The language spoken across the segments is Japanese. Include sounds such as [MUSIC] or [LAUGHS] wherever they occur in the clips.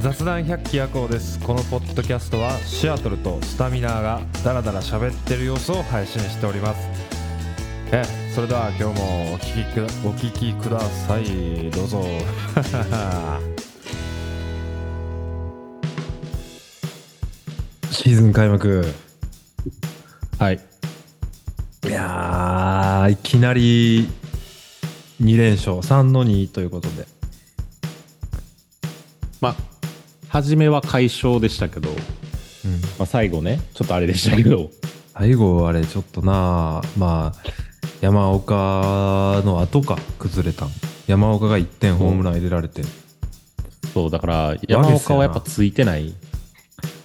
雑談百鬼夜行ですこのポッドキャストはシアトルとスタミナーがダラダラ喋ってる様子を配信しておりますえそれでは今日もお聞きくだお聞きくださいどうぞシーズン開幕はいいやーいきなり2連勝3の2ということでまあ初めは快勝でしたけど、まあ、最後ねちょっとあれでしたけど最後あれちょっとなあまあ山岡の後か崩れたん山岡が1点ホームラン入れられて、そうだから山岡はやっぱついてない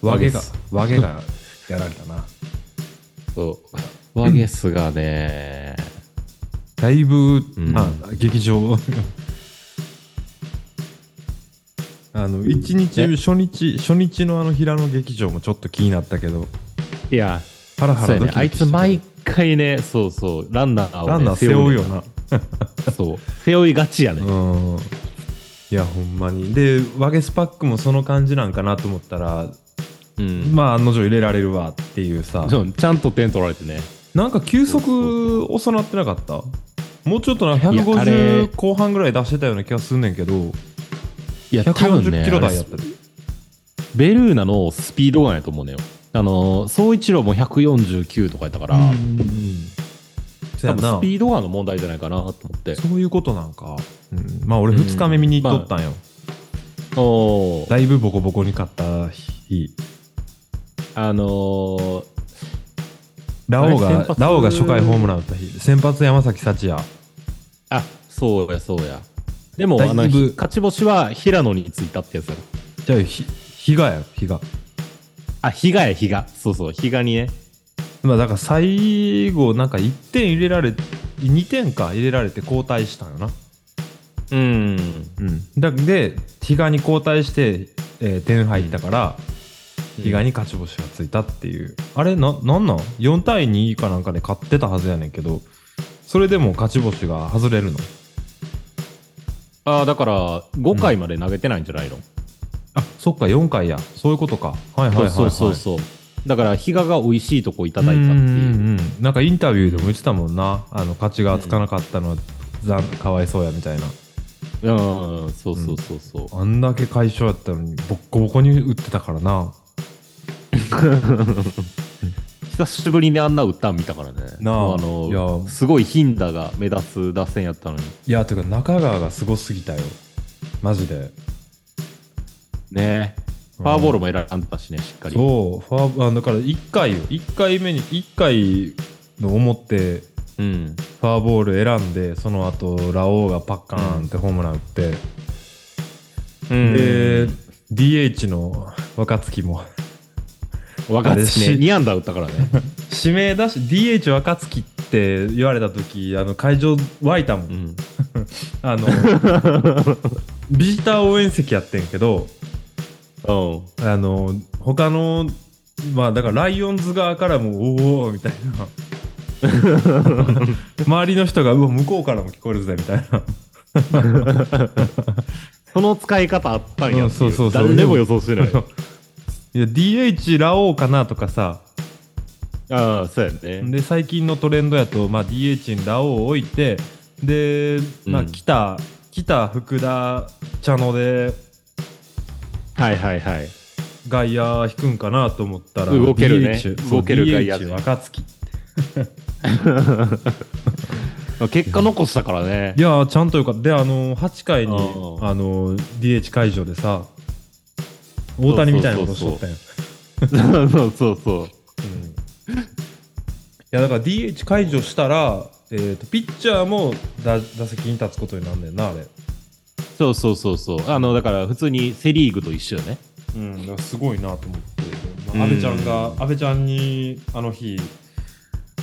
和毛和毛がっす和毛 [LAUGHS] がやられたなそうワゲスがね、だいぶ、うんまあ劇場 [LAUGHS] あの一日ね初日初日のあの平野劇場もちょっと気になったけどいやハラハそうラやドキドねあいキしてつ毎回ねそうそうランナーを、ね、ランナー背負うよねなそう背負いがちやね、うんいやほんまにでワゲスパックもその感じなんかなと思ったらうんまあ案の定入れられるわっていうさそうちゃんと点取られてねなんか球速遅なってなかったもうちょっとないやあれ150後半ぐらい出してたような気がすんねんけどいや多分140ねキロ台やったでベルーナのスピードガンやと思うのよあの総一郎も149とかやったから、うんそ多やん分スなピードガンの問題じゃないかなと思ってそういうことなんか、うんまあ俺2日目見に行っとったんよ、おーだいぶボコボコに勝った日あのーラオウあれが先発ラオウが初回ホームラン打った日先発山崎幸也あそうやそうやでもだいあぶのひ勝ち星は平野についたってやつやろじゃあひ比嘉や比嘉あ比嘉や比嘉そうそう比嘉にねまあだから最後なんか1点入れられ2点か入れられて交代したんよなうんうん、だで比嘉に交代して、えー点入ったから、比嘉に勝ち星がついたっていうあれななんなん ?4 対2かなんかで勝ってたはずやねんけどそれでも勝ち星が外れるのあだから5回まで投げてないんじゃないの、あそっか4回やそういうことかはいはいはい、はい、そうそうそうそうだから比嘉が美味しいとこいただいたっていうんううんうんなんかインタビューでも言ってたもんなあの勝ちがつかなかったのは、ざんかわいそうやみたいなうん、うん、そうそうそうそう、あんだけ快勝やったのにボッコボコに打ってたからな久しぶりにあんな歌見たからねなあいのやすごい頻打が目立つ打線やったのにいやていうか中川がすごすぎたよマジでねファーボールも選んだしねしっかりう、そうファーあだから1回よ1回目に1回の表ん、ファーボール選んでその後ラオウがパッカーンってホームラン打って、で DH の若月もあ若月ねれし2安打打ったからね指名出し DH 若月って言われた時あの会場沸いたもん、うんあのビジター応援席やってんけどうんあの他のまあだからライオンズ側からもおおみたいな [LAUGHS] 周りの人がうわ向こうからも聞こえるぜみたいなその使い方あったんやってうんそいうそうそう誰でも予想してないいや DH ラオウかなとかさああそうやねで最近のトレンドやと、まあ、DH にラオウを置いてで、まあ、うん北、北福田茶野ではいはいはい外野引くんかなと思ったら動けるね DH そう動ける外野 DH 若月結果残したからねいやーちゃんとよかったであのー8回にああーのー DH 会場でさ大谷みたいなことしとったんやそうそうそうそううんいやだから DH 解除したら、えー、とピッチャーも打打席に立つことになんねんなあれ、そうそうそうそうあのだから普通にセ・リーグと一緒よねうん、だからすごいなと思って、まあ、うん安倍ちゃんが安倍ちゃんにあの日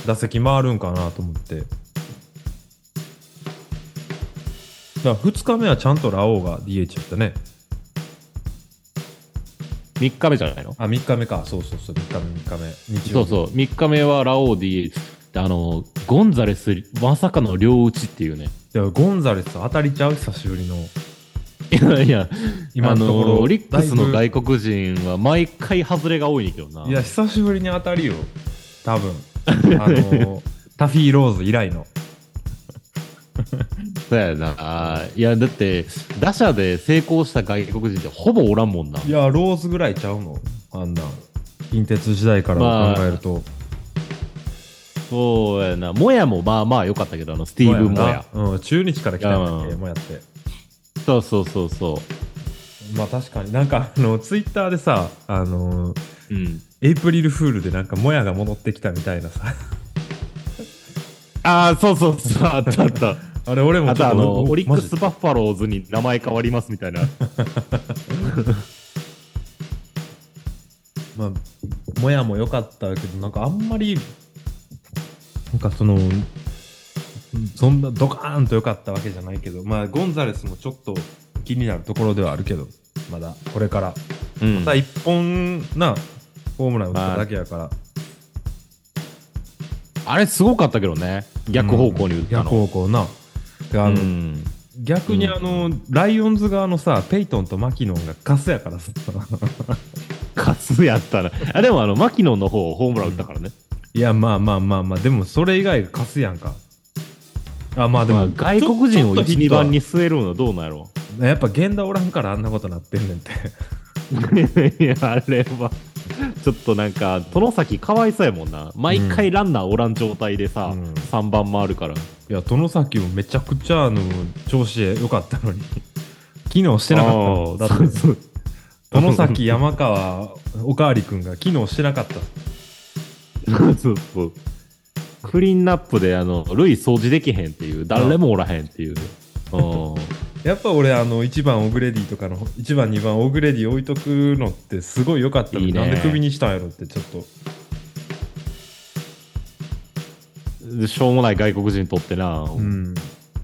打席回るんかなと思ってだから2日目はちゃんとラオウが DH やったね3日目じゃないのあ3日目かそうそうそう3日目3日目日そ曜う日そう、3日目はラオーディ、あの、ゴンザレス、まさかの両打ちっていうね。いやゴンザレス当たりちゃう久しぶりのいやいや、今あのところオリックスのだい外国人は毎回外れが多いねんけどな。ぶいや久しぶりに当たるよ多 [LAUGHS] 分あのタフィーローズ以来のそうやな。あーいや、だって、打者で成功した外国人ってほぼおらんもんな。いやローズぐらいちゃうのあんなん近鉄時代から考えると、そうやな。モヤもまあまあ良かったけど、あの、スティーブ・モもヤや。なうん、中日から来たんだっうけんもやってそうそうそうそまあ確かになんかあのツイッターでさあのう。うん。エイプリルフールでなんかもやが戻ってきたみたいなさああ、そうそうそう。あった [LAUGHS] あった。あれ俺もあちょとっあとの、おオリックス・マバッファローズに名前変わりますみたいな。ジまあもやも良かったけどなんかあんまりなんかそのそんなドカーンと良かったわけじゃないけどまあゴンザレスもちょっと気になるところではあるけどまだこれからうんただ1本なホームラン打っただけやからあれすごかったけどね。逆方向に打った逆の。方向なであうの、ん逆にあの、ライオンズ側のさペイトンとマキノンがカスやからさカスやったな。あでもあの、マキノンの方、ホームラン打ったからね。いやまあまあまあまあでもそれ以外がカスやんかあまあでも、まあ、外国人をちょっと1、ヒッ2トは番に据えるのはどうなんやろ [LAUGHS] やっぱ源田おらんからあんなことなってんねんてう。いや、あれは、ちょっとなんか、殿崎かわいそうやもんな。毎回ランナーおらん状態でさ、うん3番回るから。いや殿崎もめちゃくちゃあの調子良かったのに機能してなかったのだあーってそうそう殿崎山川おかわりくんが機能してなかったそうそうクリーンナップで、あの、類掃除できへんっていう、誰もおらへんっ [LAUGHS] ていう。うんやっぱ俺あの1番オグレディとかの1番2番オグレディ置いとくのってすごい良かったのにいいねなんでクビにしたんやろってちょっとでしょうもない外国人とってな、うん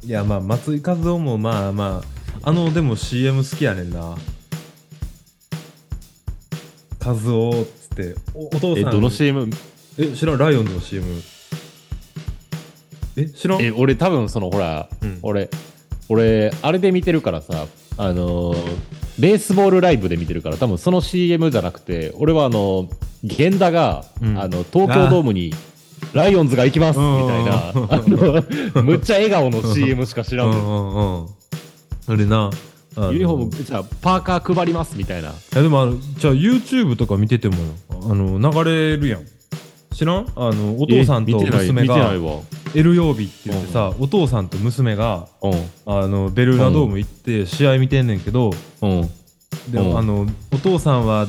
いやまあ松井和夫もまあまああのでも CM 好きやねんな和夫っつっておお父えさんどの CM え知らんライオンズの CM え知らんえ俺多分そのほら、うん俺俺あれで見てるからさあのーベースボールライブで見てるから多分その CM じゃなくて俺はあの源田が、うんあの東京ドームにライオンズが行きますみたいなあうん [LAUGHS] のむっちゃ笑顔の CM しか知うらんんうんのうんあれなあのユニフォームじゃあパーカー配りますみたいないやでもあのじゃあ YouTube とか見ててもよあの流れるやん知らんあのお父さんえと見てない娘見てないがわエル曜日って言ってさお父さんと娘がうあのベルーナドーム行って試合見てんねんけどんうんでうんもあのお父さんは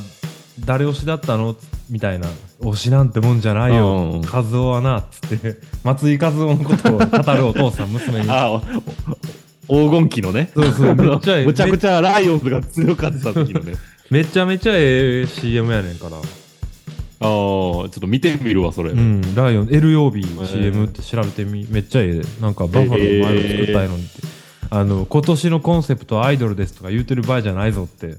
誰推しだったのみたいな推しなんてもんじゃないうんよ和夫はなっつって [LAUGHS] 松井和夫のことを語るお父さん娘にあおお黄金期のねそう [LAUGHS] そうめっちゃええむちゃくちゃライオンズが強かった時の [LAUGHS] ねめちゃめちゃええ CM やねんからああ、ちょっと見てみるわ、それ。うん、ライオン、L 曜日ー CM って調べてみ、めっちゃええで、なんかバッファローの前を作ったいのにって、あの、今年のコンセプトはアイドルですとか言うてる場合じゃないぞって、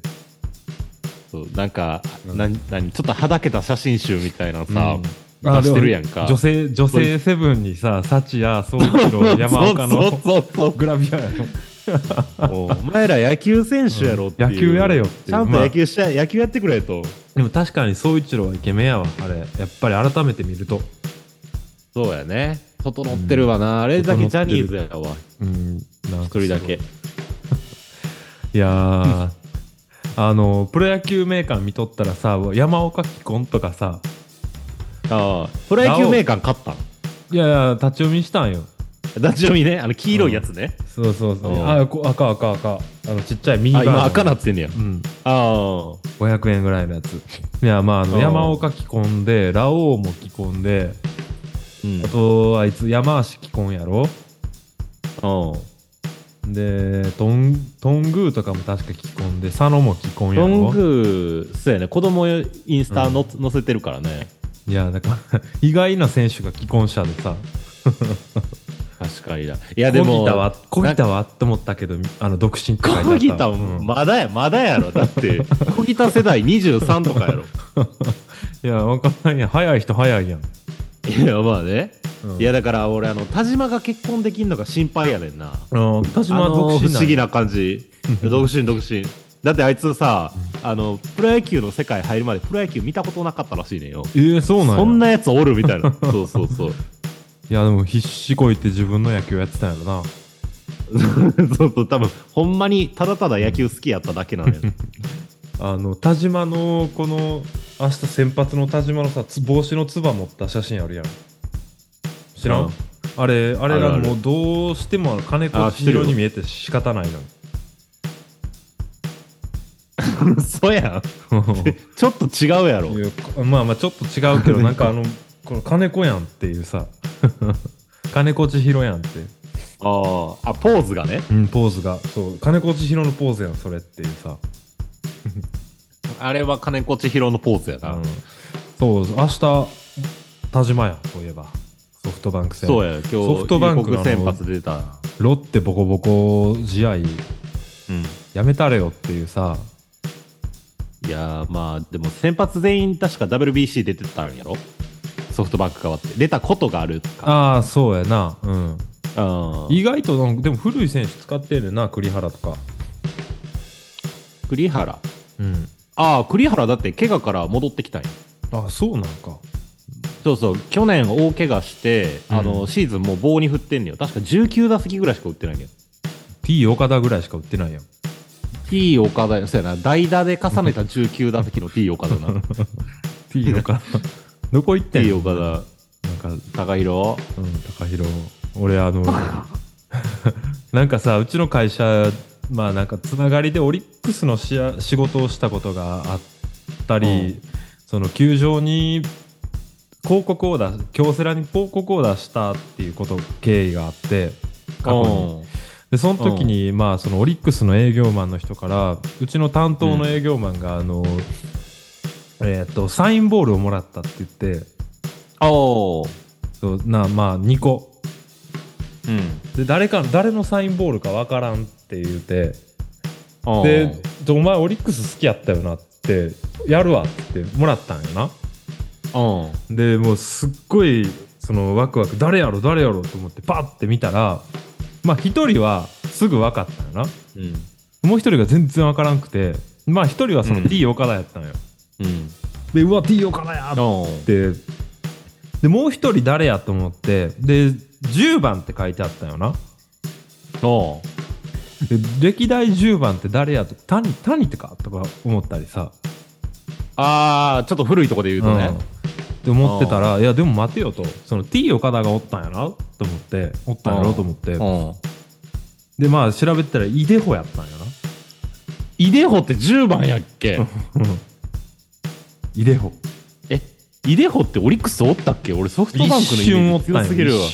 そうなんか、うんななにちょっとはだけた写真集みたいなのさ、うんあ出してるやんか。女性、女性セブンにさ、サチや、 [LAUGHS] ソウキロ、山岡そうのそうそうグラビアやろ。そうお前ら野球選手やろっていう、うん野球やれよっていうちゃんと野球しや、野球やってくれと。でも確かに宗一郎はイケメンやわ、あれ。やっぱり改めて見ると。そうやね。整ってるわな。あれだけジャニーズやわ。うん、なん一人だけ。。いやー、あの、プロ野球メーカー見とったらさ、山岡既婚とかさ、ああ、プロ野球メーカー買 [LAUGHS] ったんいやいや、立ち読みしたんよ。ダチョウにね、あの黄色いやつね。そうそうそうう。んあ、こ赤赤赤。あの、ちっちゃいミニバーあ、ジョン今赤なってんねや。うん。あ500円ぐらいのやつ。いや、まあ、あうの、ん山岡着込んで、ラオウも着込んで、ああ。と、あいつ、山足着込んやろうん。うん。で、トン、トングーとかも確か着込んで、佐野も着込んやロろングそうやね子供インスタの、載せてるからねいや、だから、 [LAUGHS] 意外な選手が既婚者でさ、確かにだいやでも小木田は、小木田はって思ったけど、あの、独身って書いてあった小木田うんまだやまだやろだって [LAUGHS] 小木田世代23とかやろいや、わかんないやん。早い人早いやん。 [LAUGHS] いやまあね、うんいやだから俺あの田島が結婚できんのが心配やねんなあの、田あ島はの独不身な思んや議な感じ独身独身だってあいつさあのプロ野球の世界入るまでプロ野球見たことなかったらしいねんよえー、そうなんやそんなやつおるみたい [LAUGHS] なそうそうそういやでも必死こいて自分の野球やってたんやろなそうそう多分ほんまにただただ野球好きやっただけな [LAUGHS] のよあの田島のこの明日先発の田島のさつ帽子のつば持った写真あるやん知らん、うんあれあれあるがあるもうどうしても金子あ知ってるよ色に見えて仕方ないのにそうや [LAUGHS] んちょっと違うやろいやこまあまあちょっと違 [LAUGHS] うけどなんかあのこの金子やんっていう [LAUGHS] さ金子千尋やんって、あーあポーズがねうん、ポーズがそう金子千尋のポーズやんそれっていうさ、あれは金子千尋のポーズやな、うんそう明日田島やんそういえばソフトバンク戦そうや今日ソフトバンクの予告先発出たなロッテボコボコ試合うんやめたれよっていうさいやーまあでも先発全員確か WBC 出てたんやろソフトバンク変わって出たことがあるかああそうやなうんあ意外となんかでも古い選手使ってるな栗原とか栗原うんああ栗原だって怪我から戻ってきたんやあそうなんかそうそう去年大怪我して、うんあのシーズンもう棒に振ってんねよ確か19打席ぐらいしか打ってないんや T 岡田ぐらいしか売ってないやん T 岡田そうやな代打で重ねた19打席の T 岡 [LAUGHS] 田な T 岡田 [LAUGHS] どこ行ってん T の岡なんか、うん、田高弘高弘俺あ [LAUGHS] のなんかさうちの会社まあなんかつながりでオリックスのしあ仕事をしたことがあったり、その球場に広告を出す京セラに広告を出したっていうこと経緯があって過去に。うんでその時に、まあそのオリックスの営業マンの人からうちの担当の営業マンが、あのえー、とサインボールをもらったって言ってあおそうなまあ2個うんで誰か誰のサインボールかわからんって言うてあで「お前オリックス好きやったよな」って「やるわ」ってもらったんよなうんでもうすっごいそのワクワク誰やろ誰やろと思ってパッて見たらまあ一人はすぐ分かったんよなうんもう一人が全然わからんくてまあ一人はそのうん T 岡田やったのよ、うんでうわ T 岡田やっおてでもう一人誰やと思ってで10番って書いてあったよなおで歴代10番って誰やと谷谷ってかとか思ったりさ、ああちょっと古いとこで言ううとんっね、て思ってたらいやでも待てよとその T 岡田がおったんやなと思っておったんやろと思ってうんでまあ調べてたらイデホやったんやなイデホって10番やっ [LAUGHS] けイデホえイデホってオリックスおったっけ俺ソフトバンクの一イ瞬メおーっジた強んすぎるよわ一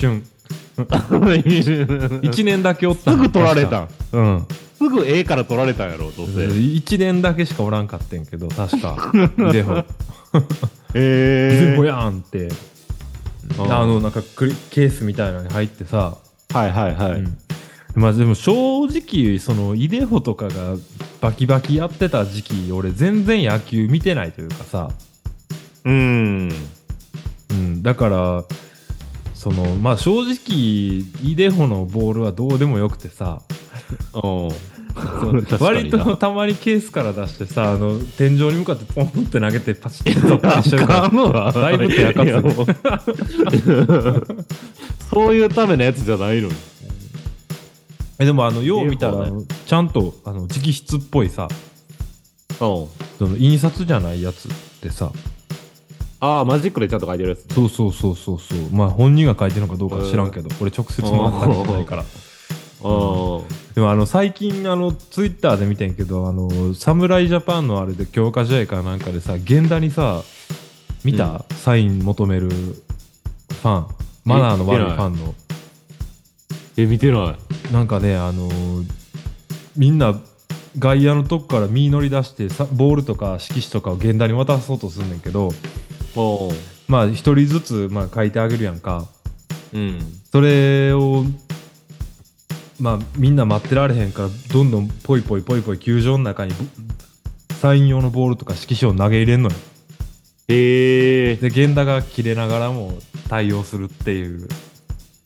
瞬一1年だけおったすんよぐ取られたんうんすぐ A から取られたんやろどうせ1年だけしかおらんかってんけど確かでも「全え部やん」ってあのなんかクリケースみたいなのに入ってさ、はいはいはうんまあでも正直そのイデホとかがバキバキやってた時期俺全然野球見てないというかさ、うんうん、だからそのまあ正直イデホのボールはどうでもよくてさおそう [LAUGHS] 割とたまにケースから出してさあの天井に向かってポンって投げてパチッと突破してるからだいぶ手垢ついてるるそういうためのやつじゃないのに [LAUGHS] えでもあのよう見たら、いい方だあのちゃんとあの直筆っぽいさうんその印刷じゃないやつってさああマジックでちゃんと書いてるやつそうそうそうそうそうまあ本人が書いてるのかどうか知らんけど、俺直接もらったことないからうんでもあの最近あのツイッターで見てんけどあの侍ジャパンのあれで強化試合かなんかでさ源田にさ見た、サイン求めるファンマナーの悪いファンのえ見てないなんかねあのみんな外野のとこから身乗り出してさボールとか色紙とかを源田に渡そうとすんねんけどおまあ一人ずつ、まあ、書いてあげるやんかうんそれをまあみんな待ってられへんからどんどんポイポイポイポイ球場の中にぶサイン用のボールとか色紙を投げ入れんのよへえで源田が切れながらも対応するっていう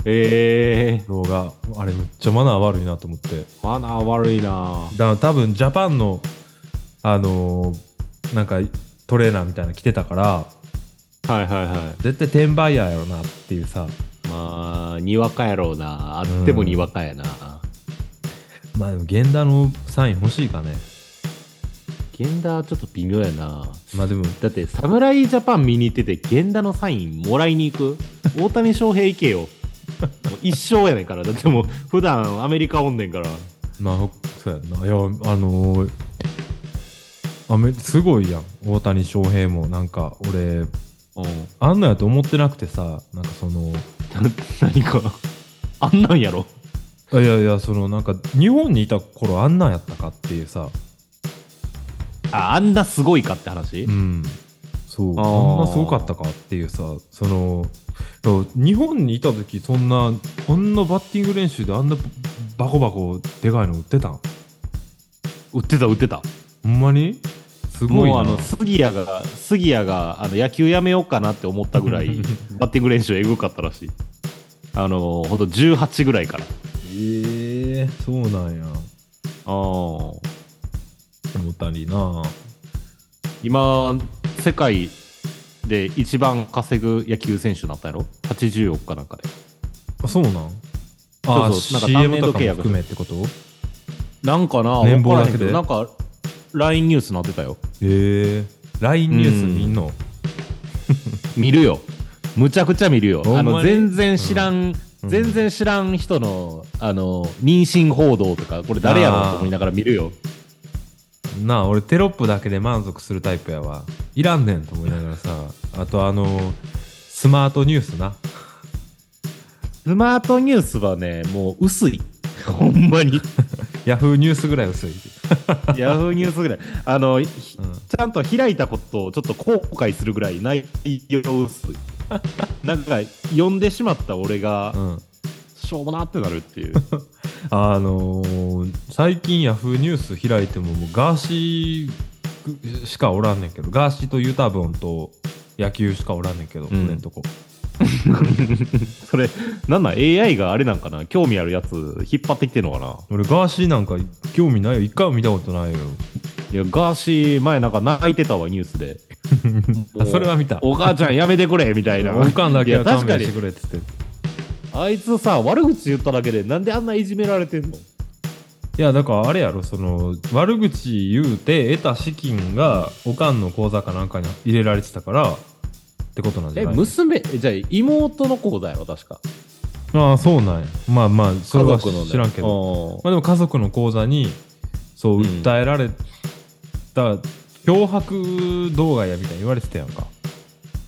ええ動画あれめっちゃマナー悪いなと思ってー、マナー悪いなだから多分ジャパンのあのーなんかトレーナーみたいなの着てたからはいはいは絶対転売ヤーやろなっていうさい。まあ、にわかやろうな。あってもにわかやな。まあでも源田のサイン欲しいかね源田はちょっと微妙やな。まあでもだって、侍ジャパン見に行ってて、源田のサインもらいに行く大谷翔平行けよ。もう一生やねんから。だってもう、普段アメリカおんねんから。まあほそうやんないやあのーあめすごいやん大谷翔平もなんか俺うん。あんのやと思ってなくてさなんかそのな何かあんなんやろあいやいやそのなんか日本にいた頃あんなんやったかっていうさああんなすごいかって話、うんそうあーあんなすごかったかっていうさそのそう日本にいた時そんなあんなバッティング練習であんなバコバコでかいの売ってたん売ってた売ってたほんまにすごいもうなあの杉谷が杉谷があの野球やめようかなって思ったぐ [LAUGHS] らいバッティング練習えぐかったらしいあのほんと18ぐらいからええそうなんやあー思ったりな今世界で一番稼ぐ野球選手になったやろ80億かなんかであそうなんあそうそうあなんか CM とか単年度契も約含めってことなんかな年俸わからだへんけけでどなんか LINE ニュースなってたよへえ LINE ニュース見んの見るよむちゃくちゃ見るよほあんまにの全然知らん、うん全然知らん人のあの妊娠報道とかこれ誰やろうと思いながら見るよなあ俺テロップだけで満足するタイプやわいらんねんと思いながらさあとあのスマートニュースなスマートニュースはねもう薄い [LAUGHS] ほん [LAUGHS] まにヤフーニュースぐらい薄い、ヤフーニュースぐらいあのひうんちゃんと開いたことをちょっと後悔するぐらい内容薄 [LAUGHS] いなんか読んでしまった俺がうん、しょうもなってなるっていうあのー最近ヤフーニュース開いてももうガーシーしかおらんねんけどガーシーとユタボンと野球しかおらんねんけど、うん俺んとこそれなんなん AI があれなんかな興味あるやつ引っ張ってきてんのかな俺ガーシーなんか興味ないよ一回も見たことないよいや、ガーシー、前なんか泣いてたわ、ニュース [LAUGHS] で。あそれは見たお母ちゃんやめてくれ、みたいな。おかんだけいやは確勘か弁してに、くれって言ってあいつさ、悪口言っただけで、なんであんないじめられてんのいやだからあれやろその悪口言うて得た資金がおかんの口座かなんかに入れられてたからってことなんじえ、ゃない娘、えじゃあ妹の口座やろ、確か。ああそうなんやまあまあそれは家族のね知らんけど、どまあ、でも家族の口座にそううん訴えられた、脅迫動画やみたいに言われてたやんか、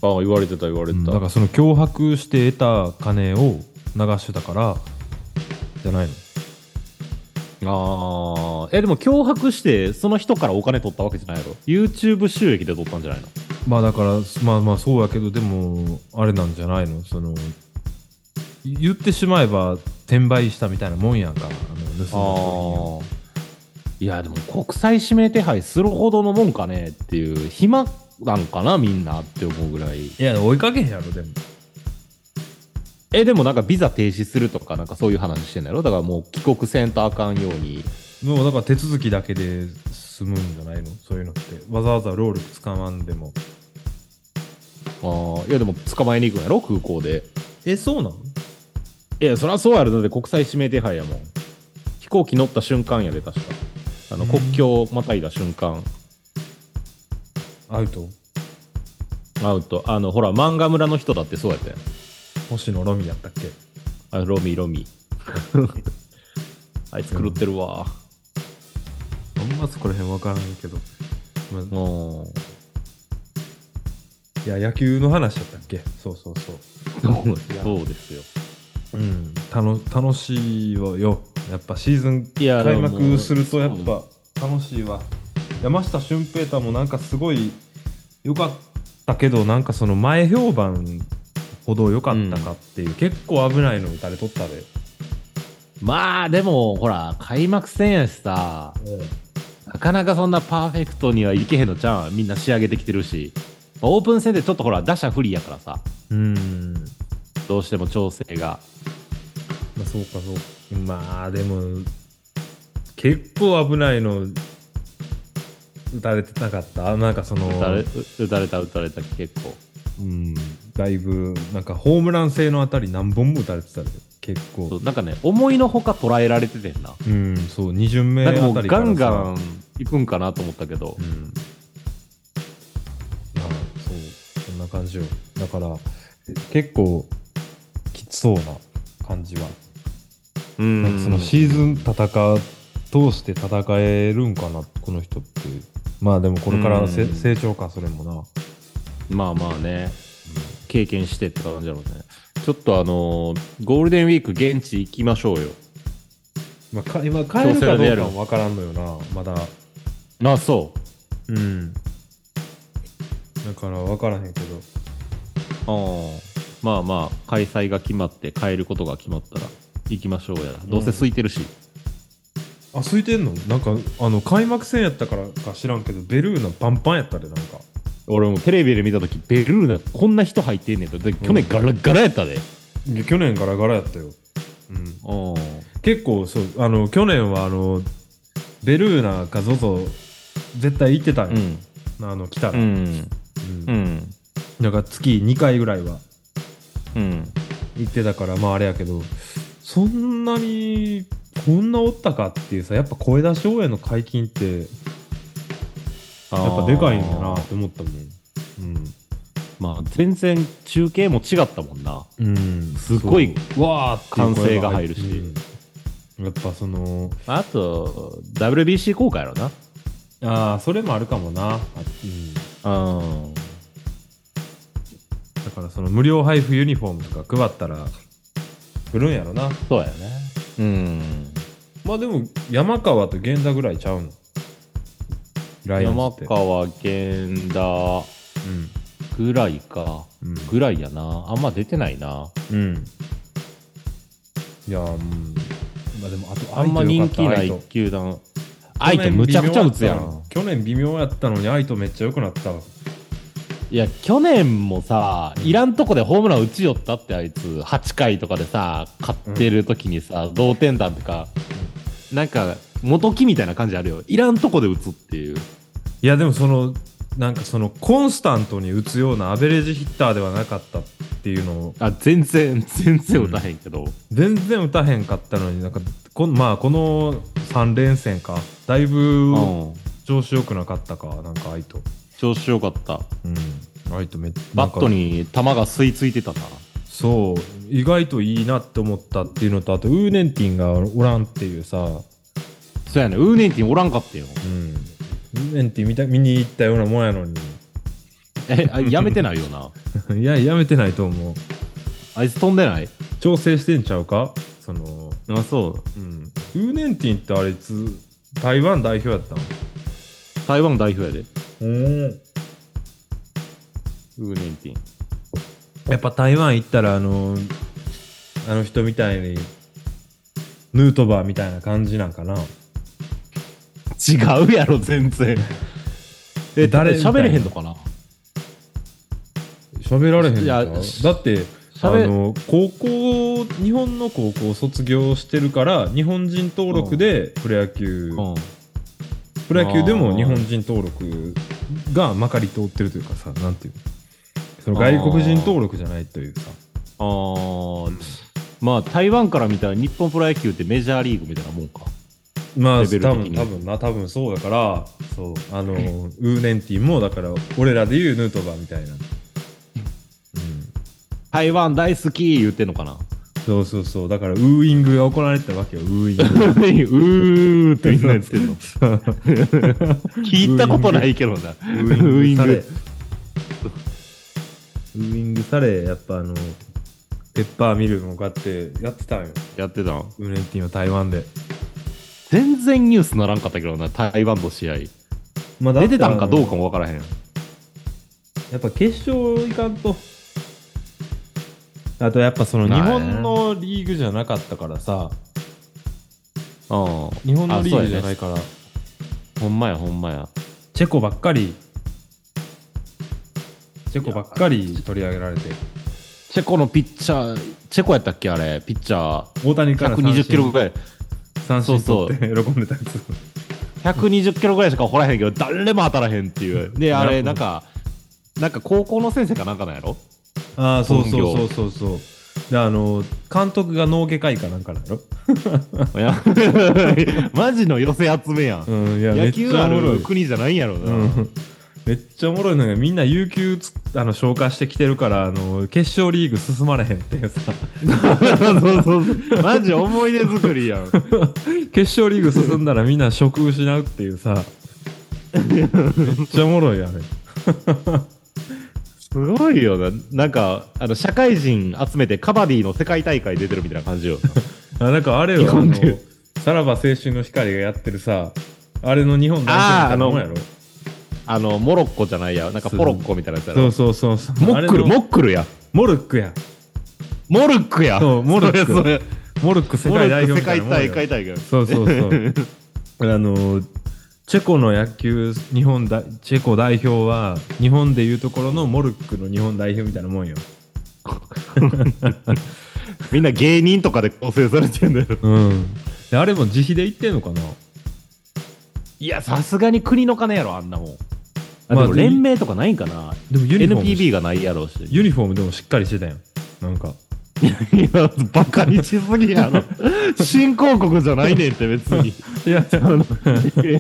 ああ、言われてた、言われうんだからその脅迫して得た金を流してたからじゃないのああ。え、でも脅迫して、その人からお金取ったわけじゃないやろ。YouTube 収益で取ったんじゃないのまあだからまあまあそうやけどでもあれなんじゃないのその言ってしまえば転売したみたいなもんやんかあの盗ああ。いや、でも国際指名手配するほどのもんかねっていう、暇なんかな、みんなって思うぐらい。んいや追いかけへんやろでもえ、でもなんかビザ停止するとか、なんかそういう話してんだろだからもう帰国せんとあかんように。もうだから手続きだけで済むんじゃないのそういうのってわざわざ労力使わんでもああ、いやでも捕まえに行くんやろ空港で。えそうなのいや、そりゃそうやるので国際指名手配やもん。飛行機乗った瞬間やで、確か。あの、うん国境をまたいだ瞬間、アウトアウト。あの、ほら、漫画村の人だってそうやったやん。星野ロミやったっけあロミ [LAUGHS] ロミ。あいつ狂ってるわ。あんまそこら辺分からんけど、まあもういや野球の話やったっけそうそうそそうですよ。ううんたの楽しいわよやっぱシーズンいや開幕するとやっぱ楽しいわ山下俊平太もなんかすごい良かったけどなんかその前評判ほど良かったかっていう、結構危ないの打たれとったで、まあでもほら開幕戦やしさなかなかそんなパーフェクトにはいけへんのちゃうんみんな仕上げてきてるしまあオープン戦でちょっとほら打者不利やからさうんどうしても調整がまあ、そうかそうかまあでも結構危ないの打たれてなかったなんかその打たれ打たれた打たれた結構うんだいぶなんかホームラン性のあたり何本も打たれてたで結そう構なんかね思いのほか捉えられててんなうんそう2巡目なあんかもたうりかガらさンガンいくんかなと思ったけどうんまあそうそんな感じよだからえ結構きつそうな感じはうんなんかそのシーズン戦う通して戦えるんかなこの人っていうまあでもこれからせうん成長かそれもな、まあまあね経験してって感じだろうねちょっとあのーゴールデンウィーク現地行きましょうよまあ、か今変えるか調整どでやうるかも分からんのよなまだまあそううんだから分からへんけどあまあまあ開催が決まって変えることが決まったら行きましょうやんどうせ空いてるし、あ空いてんのなんかあの開幕戦やったからか知らんけどベルーナパンパンやったでなんか俺もテレビで見た時ベルーナこんな人入ってんねんとで去年ガラガラやったで、いや去年ガラガラやったよ、うん、うん、結構そうあの去年はあのベルーナか ZOZO 絶対行ってたんよ、うんあの来たうら、んうんうんだから月2回ぐらいはうん行ってたからまああれやけどそんなにこんなおったかっていうさやっぱ声出し応援の解禁ってやっやぱでかいんだなって思ったもんまあ全然中継も違ったもんなうん、うん、すごいわーっていう声歓声が入るし、うんやっぱそのあと WBC 効果やろなああそれもあるかもな、あうん、うんだからその無料配布ユニフォームとか配ったら来るんやろなそうやねうんまあでも山川と源田ぐらいちゃうのライオン山ズって川源田ぐらいかうんぐらいやなあんま出てないなうん、うん、いやーうんまあでもあとあんま人気な愛いと球団愛とむちゃくちゃ打つやん去年微妙やったのに愛とめっちゃ良くなったわいや去年もさうんいらんとこでホームラン打ち寄ったってあいつ8回とかでさ勝ってる時にさ、同点弾とかなんか元木みたいな感じあるよいらんとこで打つっていういやでもそのなんかそのコンスタントに打つようなアベレージヒッターではなかったっていうのをあ全然全然打たへんけど、全然打たへんかったのになんかこ,、まあ、この3連戦かだいぶうん調子良くなかったかなんか愛と調子よかったうん愛とめっバットにに球が吸い付いてたなそう意外といいなって思ったっていうのとあとウーネンティンがおらんっていうさ、そうやねウーネンティンおらんかったようん、ウーネンティン見た見に行ったようなもんやのに [LAUGHS] え [LAUGHS] あやめてないよないややめてないと思うあいつ飛んでない調整してんちゃうかその、あそううん、ウーネンティンってあれいつ台湾代表やったの台湾代表やでうんウーネンティンやっぱ台湾行ったらあのあの人みたいにヌートバーみたいな感じなんかな違うやろ全然え誰誰喋れへんのかな喋られへんのいやだってあ喋の高校日本の高校を卒業してるから日本人登録でプロ野球、うんプロ野球でもあー日本人登録がまかり通ってるというかさなんていうのその外国人登録じゃないというかあーまあ台湾から見たら日本プロ野球ってメジャーリーグみたいなもんかまあ多レベル的分に多分な多分そうだからそうあのウーネンティンもだから俺らで言うヌートバーみたいな、うん、台湾大好き言ってんのかなそうそうそうだからウーイングが行われてたわけよウーイング [LAUGHS] うーってみんな言って [LAUGHS] んのそう聞いたことないけどなウウーイングされーイングウーイングされやっぱあのペッパーミルも買ってやってたんよやってたんウーネンティンは台湾で、全然ニュースならんかったけどな台湾の試合まあ出てたんかどうかももわからへんやっぱ決勝いかんとあとやっぱそのま日あね本のリーグじゃなかったからさうん日本のリーグじゃあそうやねないから、ほんまやほんまやチェコばっかりチェコばっかり取り上げられてチェコのピッチャー、チェコやったっけあれ、ピッチャー、大谷から120キロぐい。らい、三振そうそ取うって喜 [LAUGHS] んでたやつ。 120キロぐらいしか掘らへんけど、誰も当たらへんっていう。で、あれ、ななるほどんか、なんか高校の先生かなんかなんやろああ、そうそ本業うそうそうそう。で、あの、監督が脳外科医かなんかなんやろいやマジの寄せ集めやん。うん、いや、め野っち球ゃあおもろるい。国じゃないんやろうな。ん。めっちゃおもろいのが、みんな有給つあの消化してきてるから、あの、決勝リーグ進まれへんっていうさ、そうそうそう。マジ思い出作りやん。決勝リーグ進んだらみんな職失うっていうさ、めっちゃおもろいやね。すごいよな。なんか、あの、社会人集めてカバディの世界大会出てるみたいな感 [LAUGHS] じよ。あなんかあれよ、日あの本でさらば青春の光がやってるさ、あれの日本代表みたいなもんやろあの、モロッコじゃないや。なんかポロッコみたいなやつやそろう。そうそうそう。モあッれクル、のモックルや。モルックや。モルックや。そうモルックそれモルックそ世れモル界代表ック世みたいなもんや界大ろ会大会。そうそうそう。 [LAUGHS] あのチェコの野球日本だチェコ代表は日本でいうところのモルックの日本代表みたいなもんよ。みんな芸人とかで構成されてんだよ。うん。であれも自費で行ってんのかないや、さすがに国の金やろ、あんなもん。あ、まあでも連盟とかないんかなでもユニフォーム ?NPB がないやろうし。ユニフォームでもしっかりしてたよ。なんか。いや、バカにしすぎや [LAUGHS] ろ。新興国じゃないねんって、別に。いや、あのいや、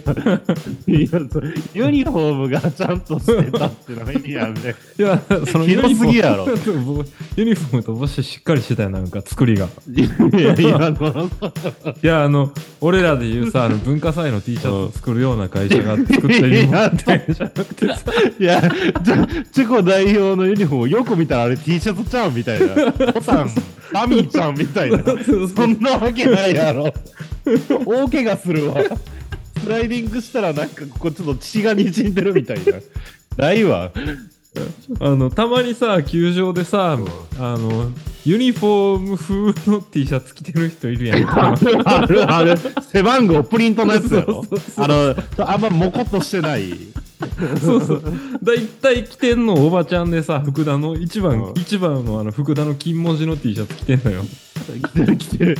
いやそうユニフォームがちゃんとしてたってないやんね。いやそのユニフォーム広すぎやろ [LAUGHS] ユニフォームと帽子しっかりしてたよ、なんか作りが。いや、いやあのいや、あの、俺らで言うさ、あの文化祭の T シャツ作るような会社が作ったユニフォームいやいや、チェチェコ代表のユニフォーム、よく見たらあれ T シャツちゃんみたいな。ボタン、ダミーちゃんみたいな。そんなわけないやろ。大怪我するわ。スライディングしたらなんかここちょっと血がにじんでるみたいな。ないわ。あのたまにさ球場でさ、あのユニフォーム風の T シャツ着てる人いるやんかあるある。背番号プリントのやつやろそうそう。あの、あんまモコっとしてない。そうそうだいたい着てんのおばちゃんでさ福田の一番、うん一番のあの福田の金文字の T シャツ着てんのよ着てる着てる。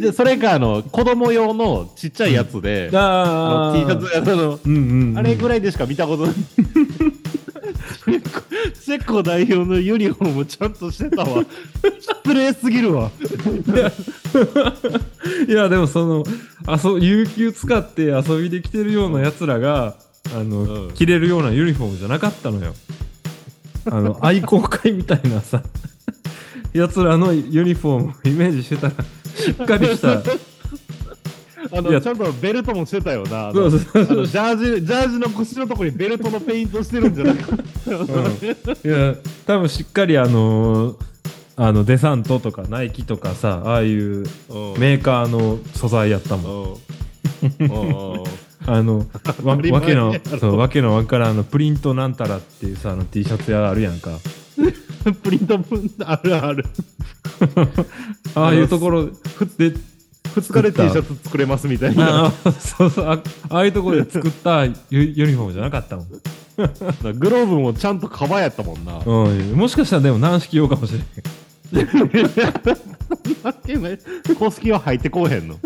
で、それかあの、子供用のちっちゃいやつで、ああの T シャツ、あの、うんうん、うん、あれぐらいらいでしか見たことない。チェコチェコ代表のユニフォームちゃんとしてたわ。失礼すぎるわ。いやでもそのあそ有給使って遊びで着てるようなやつらがあの、うん着れるようなユニフォームじゃなかったのよあの愛好会みたいなさ [LAUGHS] やつらのユニフォームをイメージしてたらしっかりしたあいのやちゃんとベルトもしてたよな。[LAUGHS] あそのうそうあのジャージ、ジャージの腰のとこにベルトのペイントしてるんじゃないか。いや多分しっかりあのーあのデサントとかナイキとかさああいううんメーカーの素材やったもんうんうんあ [LAUGHS] のわ当たりわけ前やろのそうわけのわからんあのプリントなんたらっていうさあの T シャツ屋あるやんかプリントもあるある。ああいうところで2日で T シャツ作れますみたいな。ああそうそうあああいうところで作ったユユニフォームじゃなかったもんグローブもちゃんとカバーやったもんな。うん、もしかしたらでも軟式用かもしれん公式は入ってこうへんの。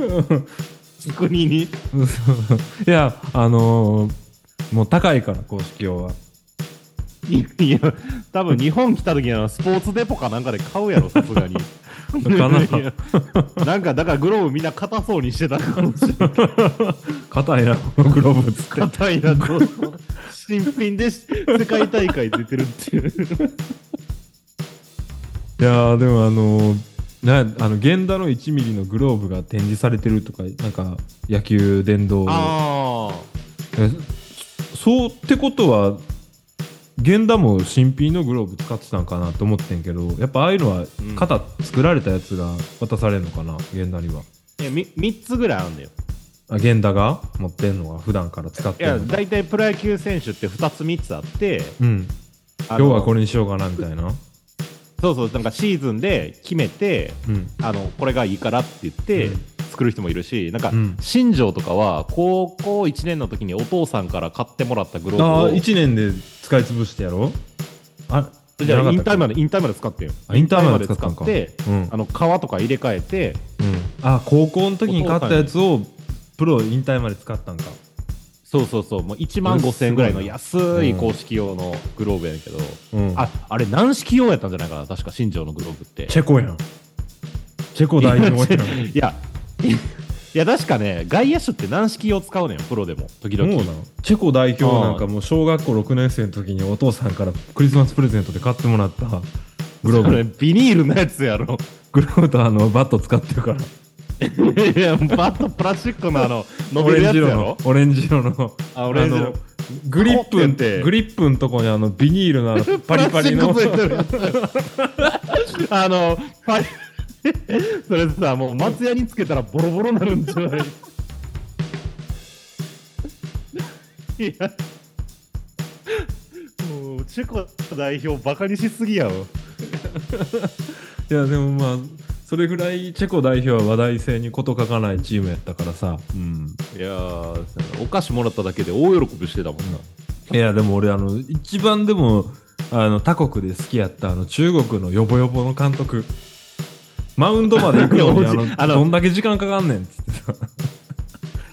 国に。うんそう [LAUGHS] いやあのーもう高いから公式用はいや、多分日本来た時はスポーツデポかなんかで買うやろ、さすがに。かないや [LAUGHS] なんか、だからグローブみんな硬そうにしてたかもしれない。硬いなこのグローブ使って硬いな、グローブ新品で世界大会出てるってい [LAUGHS] う。いやーでもあのーなあの源田の1ミリのグローブが展示されてるとかなんか野球殿堂 [LAUGHS] ああ。えそうってことは源田も新品のグローブ使ってたんかなと思ってんけどやっぱああいうのはうん肩作られたやつが渡されるのかな源田にはいや、み3つぐらいあるんだよ。あ源田が持ってんのは普段から使っいてや、るの大体プロ野球選手って2つ3つあって、うん今今日はこれにしようかなみたいなそうそう、なんかシーズンで決めて、うんあのこれがいいからって言ってうん作る人もいるし、なんかうん新庄とかは高校1年の時にお父さんから買ってもらったグロああーブを1年で使い潰してやろうあじゃあ、インターまで。で、インターまで使ってよ。あインターまでイン使ったんかまで使って、うん。あの、革とか入れ替えて、うん、あ高校の時に買ったやつをプロ引退まで使ったんかそうそうそう、もう1万5000円ぐらいの安い公式用のグローブやねんけど、うんあ、あれ軟式用やったんじゃないかな、確か新庄のグローブって。チェコやんチェコ代表やん [LAUGHS] いや、いや、確かね、外野手って軟式を使うねん、プロでも、時々。そうなのチェコ代表なんかもう小学校6年生の時にお父さんからクリスマスプレゼントで買ってもらったグローそブれビニールのやつやろ。グローブとあのバット使ってるからいや、バットプラスチックのあの、伸オびるレンやつジや色ろの。オレンジ色のあ、オレンジあのの。グリップ凝ってんてングリップのとこにあのビニールのあのパリパリ [LAUGHS] のプラスチックついてるやつあの、パリ、それさ、もう松屋につけたらボロボロになるんじゃないいや、もうチェコ代表バカにしすぎやろ。いやでもまあそれぐらいチェコ代表は話題性に事欠かないチームやったからさうん、いやーお菓子もらっただけで大喜びしてたもんな。いやでも俺あの一番でもあの他国で好きやったあの中国のヨボヨボの監督マウンドまで行くの [LAUGHS] いにやあおのじあのどんだけ時間かかんねんっつって [LAUGHS]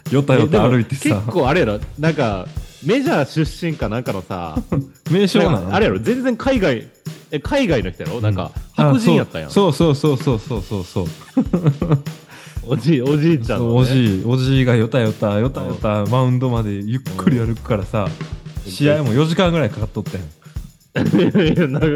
さよたよえでたも歩いてさ結構あれやろ、なんか、メジャー出身かなんか [LAUGHS] のさ、名称ななんのかあれやろ、全然海外、え海外の人やろ、なんか、白人やったやん。そうそうそうそうそうそうそうおじい、おじいちゃんの、ね。おじいおじいがよたよたよたよたマウンドまでゆっくり歩くからさうん試合も4時間ぐらいかかっとったやんいや [LAUGHS] なんかう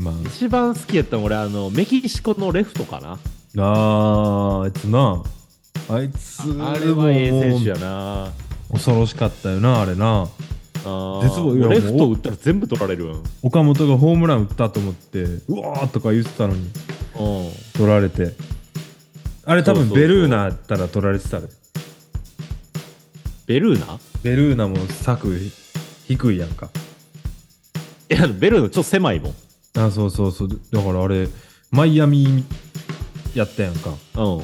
んま一番好きやったの俺あのメキシコのレフトかなああーあいつなあいつあれはええもう選手やな恐ろしかったよなあれなあー絶望いやレフもトう打ったら全部取られるんうん岡本がホームラン打ったと思ってうわーとか言ってたのに取られてあれ多そう分そうそうベルーナやったら取られてたでベルーナベルーナも策低いやんかいやベルーナちょっと狭いもんあそうそうそうだからあれマイアミやったやんかうんうん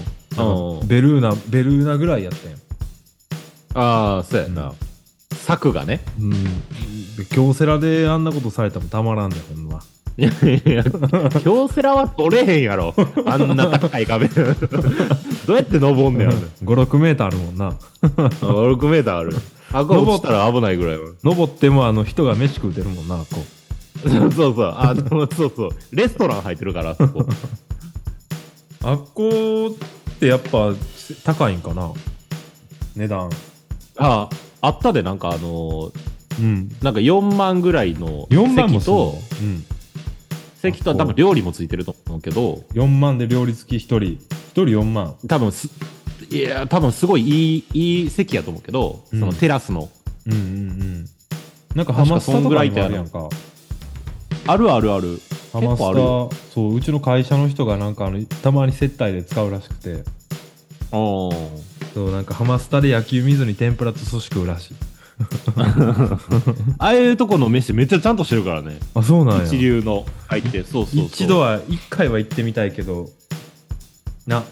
ベルーナベルーナぐらいやったやんああそうやうなん策がね [LAUGHS] うんで京セラであんなことされたもたまらんねほんまいや京セラは取れへんやろあんな高い壁 [LAUGHS] どうやって登んねんあれ [LAUGHS] 56メーターあるもんな6メーターあるあこ落ちたら危ないぐらいは登ってもあの人が飯食うてるもんなこう [LAUGHS] そうそう。あ、でもそうそう。レストラン入ってるから、あそこ。あっこってやっぱ高いんかな値段あ、あったで、なんかあのーうんなんか4万ぐらいの4万も席と、するのうん、席とあ多分料理もついてると思うけど、 4万で料理付き1人1人4万多分す、いや、多分すごいいい、いい席やと思うけど、うんそのテラスの。うんうんうんなんかハマスタとかにもあるやんかあるあるある。ハんなマやス結構あるよタそううちの会社の人がなんかあのたまに接待で使うらしくてうん。そうなんかハマスタで野球見ずに天ぷらと寿司食うらしいああいうとこの飯めっちゃちゃんとしてるからね。あそうなんや一流の入って、そうそうそう。一度は一回は行ってみたいけどなあ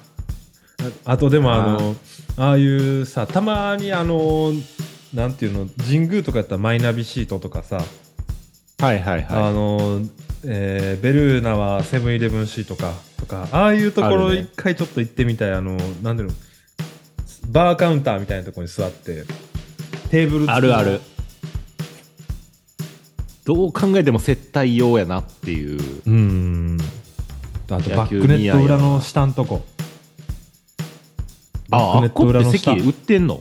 あとでもあのああいうさたまにあのなんていうの神宮とかやったらマイナビシートとかさ、はいはいあはの、えーベルーナはセブンイレブンシートかとかああいうとこあろるね一回ちょっと行ってみたいあのなんていうのバーカウンターみたいなところに座ってテーブル付きい。のあるある。どう考えても接待用やなっていう。うんあと野バ球ックネ似ッ合トい裏やなの下のとこああ、あっこって席売ってんの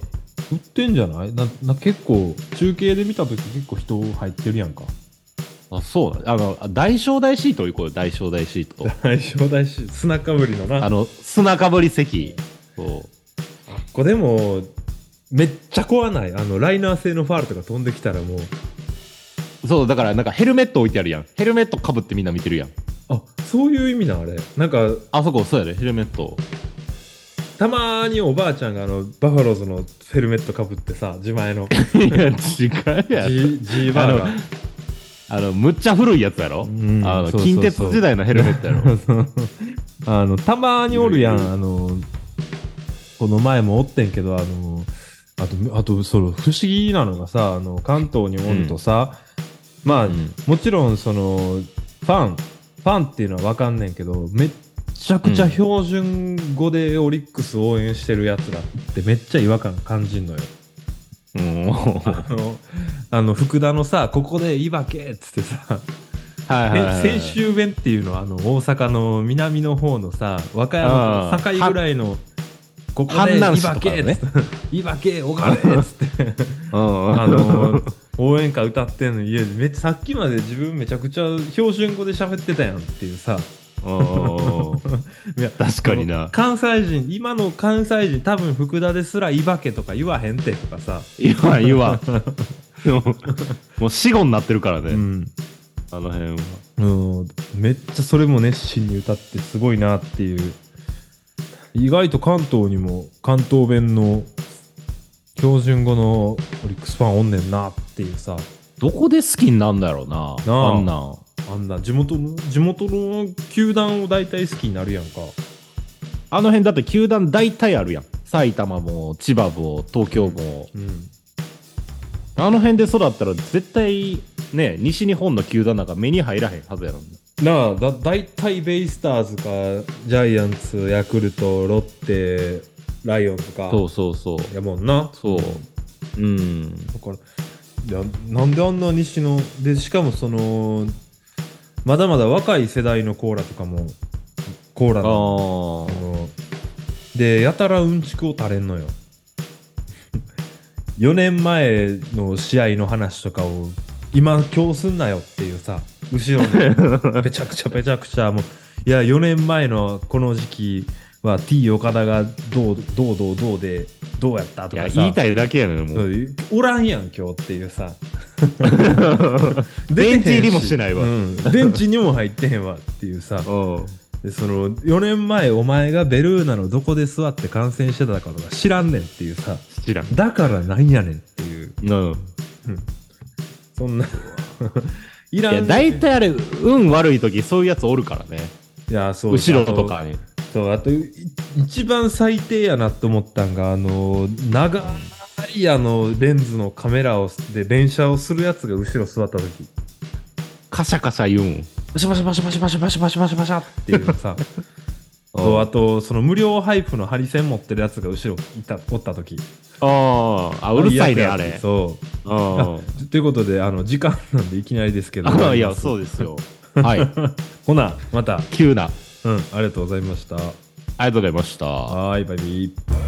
売ってんじゃないなな結構中継で見た時結構人入ってるやんかあ、そうなのあの、あ大正大シート行こうよ、大正大シート。 [LAUGHS] 大正大師砂かぶりのな [LAUGHS] ああの、砂かぶり席。そう。これでもめっちゃ怖ないあのライナー性のファールとか飛んできたらもうそう、だからなんかヘルメット置いてあるやん。ヘルメットかぶってみんな見てるやん。あそういう意味なあれなんかあそこ、そうやで、ヘルメット。 [LAUGHS] たまーにおばあちゃんがあのバファローズのヘルメットかぶってさ自前 [LAUGHS] のいや、違うやん。 G, G バーガあの、むっちゃ古いやつやろ。うんあのそうそうそう近鉄時代のヘルメ [LAUGHS] ットやろ。ーあのたまーにおるやんあのこの前もおってんけどあのあとあとその不思議なのがさあの関東におるとさ、まあ、うんもちろんそのファンファンっていうのは分かんねんけどめっちゃくちゃ標準語でオリックス応援してるやつらってめっちゃ違和感感じんのよ。うん。 [LAUGHS] はあのあの福田のさ「ここでいばけ」っつってさいはいはい。先。週弁っていうのはあの大阪の南の方のさ和歌山のあ境ーぐらいの「ここ阪で南い市ばとかけ」のっねつって「いばけおかれ」っつって。 [LAUGHS] うん。あの応援歌歌ってんのにいやめっちゃさっきまで自分めちゃくちゃ標準語で喋ってたやんっていうさうん。いや確かにな。関西人今の関西人多分福田ですら「いばけ」とか言わへんてとかさ、言わん言わん。 [LAUGHS] でももう死語になってるからね、うんあの辺は。うん、めっちゃそれも熱心に歌ってすごいなっていう意外と関東にも関東弁の標準語のオリックスファンおんねんなっていうさどこで好きになんだろうな。なああんなん。あんな地元の地元の球団を大体好きになるやんか。あの辺だって球団大体あるやん。埼玉も千葉も東京も。うんあの辺で育ったら絶対ね、西日本の球団なんか目に入らへんはずやろ。なあだ大体ベイスターズかジャイアンツヤクルトロッテライオンズかそうそうそう。やもんなそう。うん。だからいやなんであんな西のでしかもそのまだまだ若い世代のコーラとかもコーラあのああ。のでやたらうんちくを垂れんのよ [LAUGHS] 4年前の試合の話とかを今今日すんなよっていうさ後ろ [LAUGHS] にぺちゃくちゃぺちゃくちゃもういや4年前のこの時期は T 岡田がどうどうどうどうでどうやったいとや、か言さいたいだけやねん、もうう。んおらんやん今日っていうさベンチ入りもしてないわうんベンチにも入ってへんわっていうさ [LAUGHS] でその4年前お前がベルーナのどこで座って観戦してたかとか知らんねんっていうさ知らん。だからなんやねんっていううん。そんな [LAUGHS] いらいんや、大体あれ、運悪い時そういうやつおるからね。いやそう後ろとかに。あとそうあとい一番最低やなと思ったんがあの長いあのレンズのカメラをで連写をするやつが後ろ座った時カシャカシャ言うん。バシャバシャバシャバシャバシャバシャバシャバシャバシャっていう [LAUGHS] さとあとその無料配布のハリセン持ってるやつが後ろいたおった時ああ、あうるさいね、やあつやつれ。そううん。 [LAUGHS] ということであの時間なんでいきなりですけどあ [LAUGHS] いや、そうですよ。 [LAUGHS] はい。ほなまた急な。うんありがとうございましたありがとうございました。はーいバイビー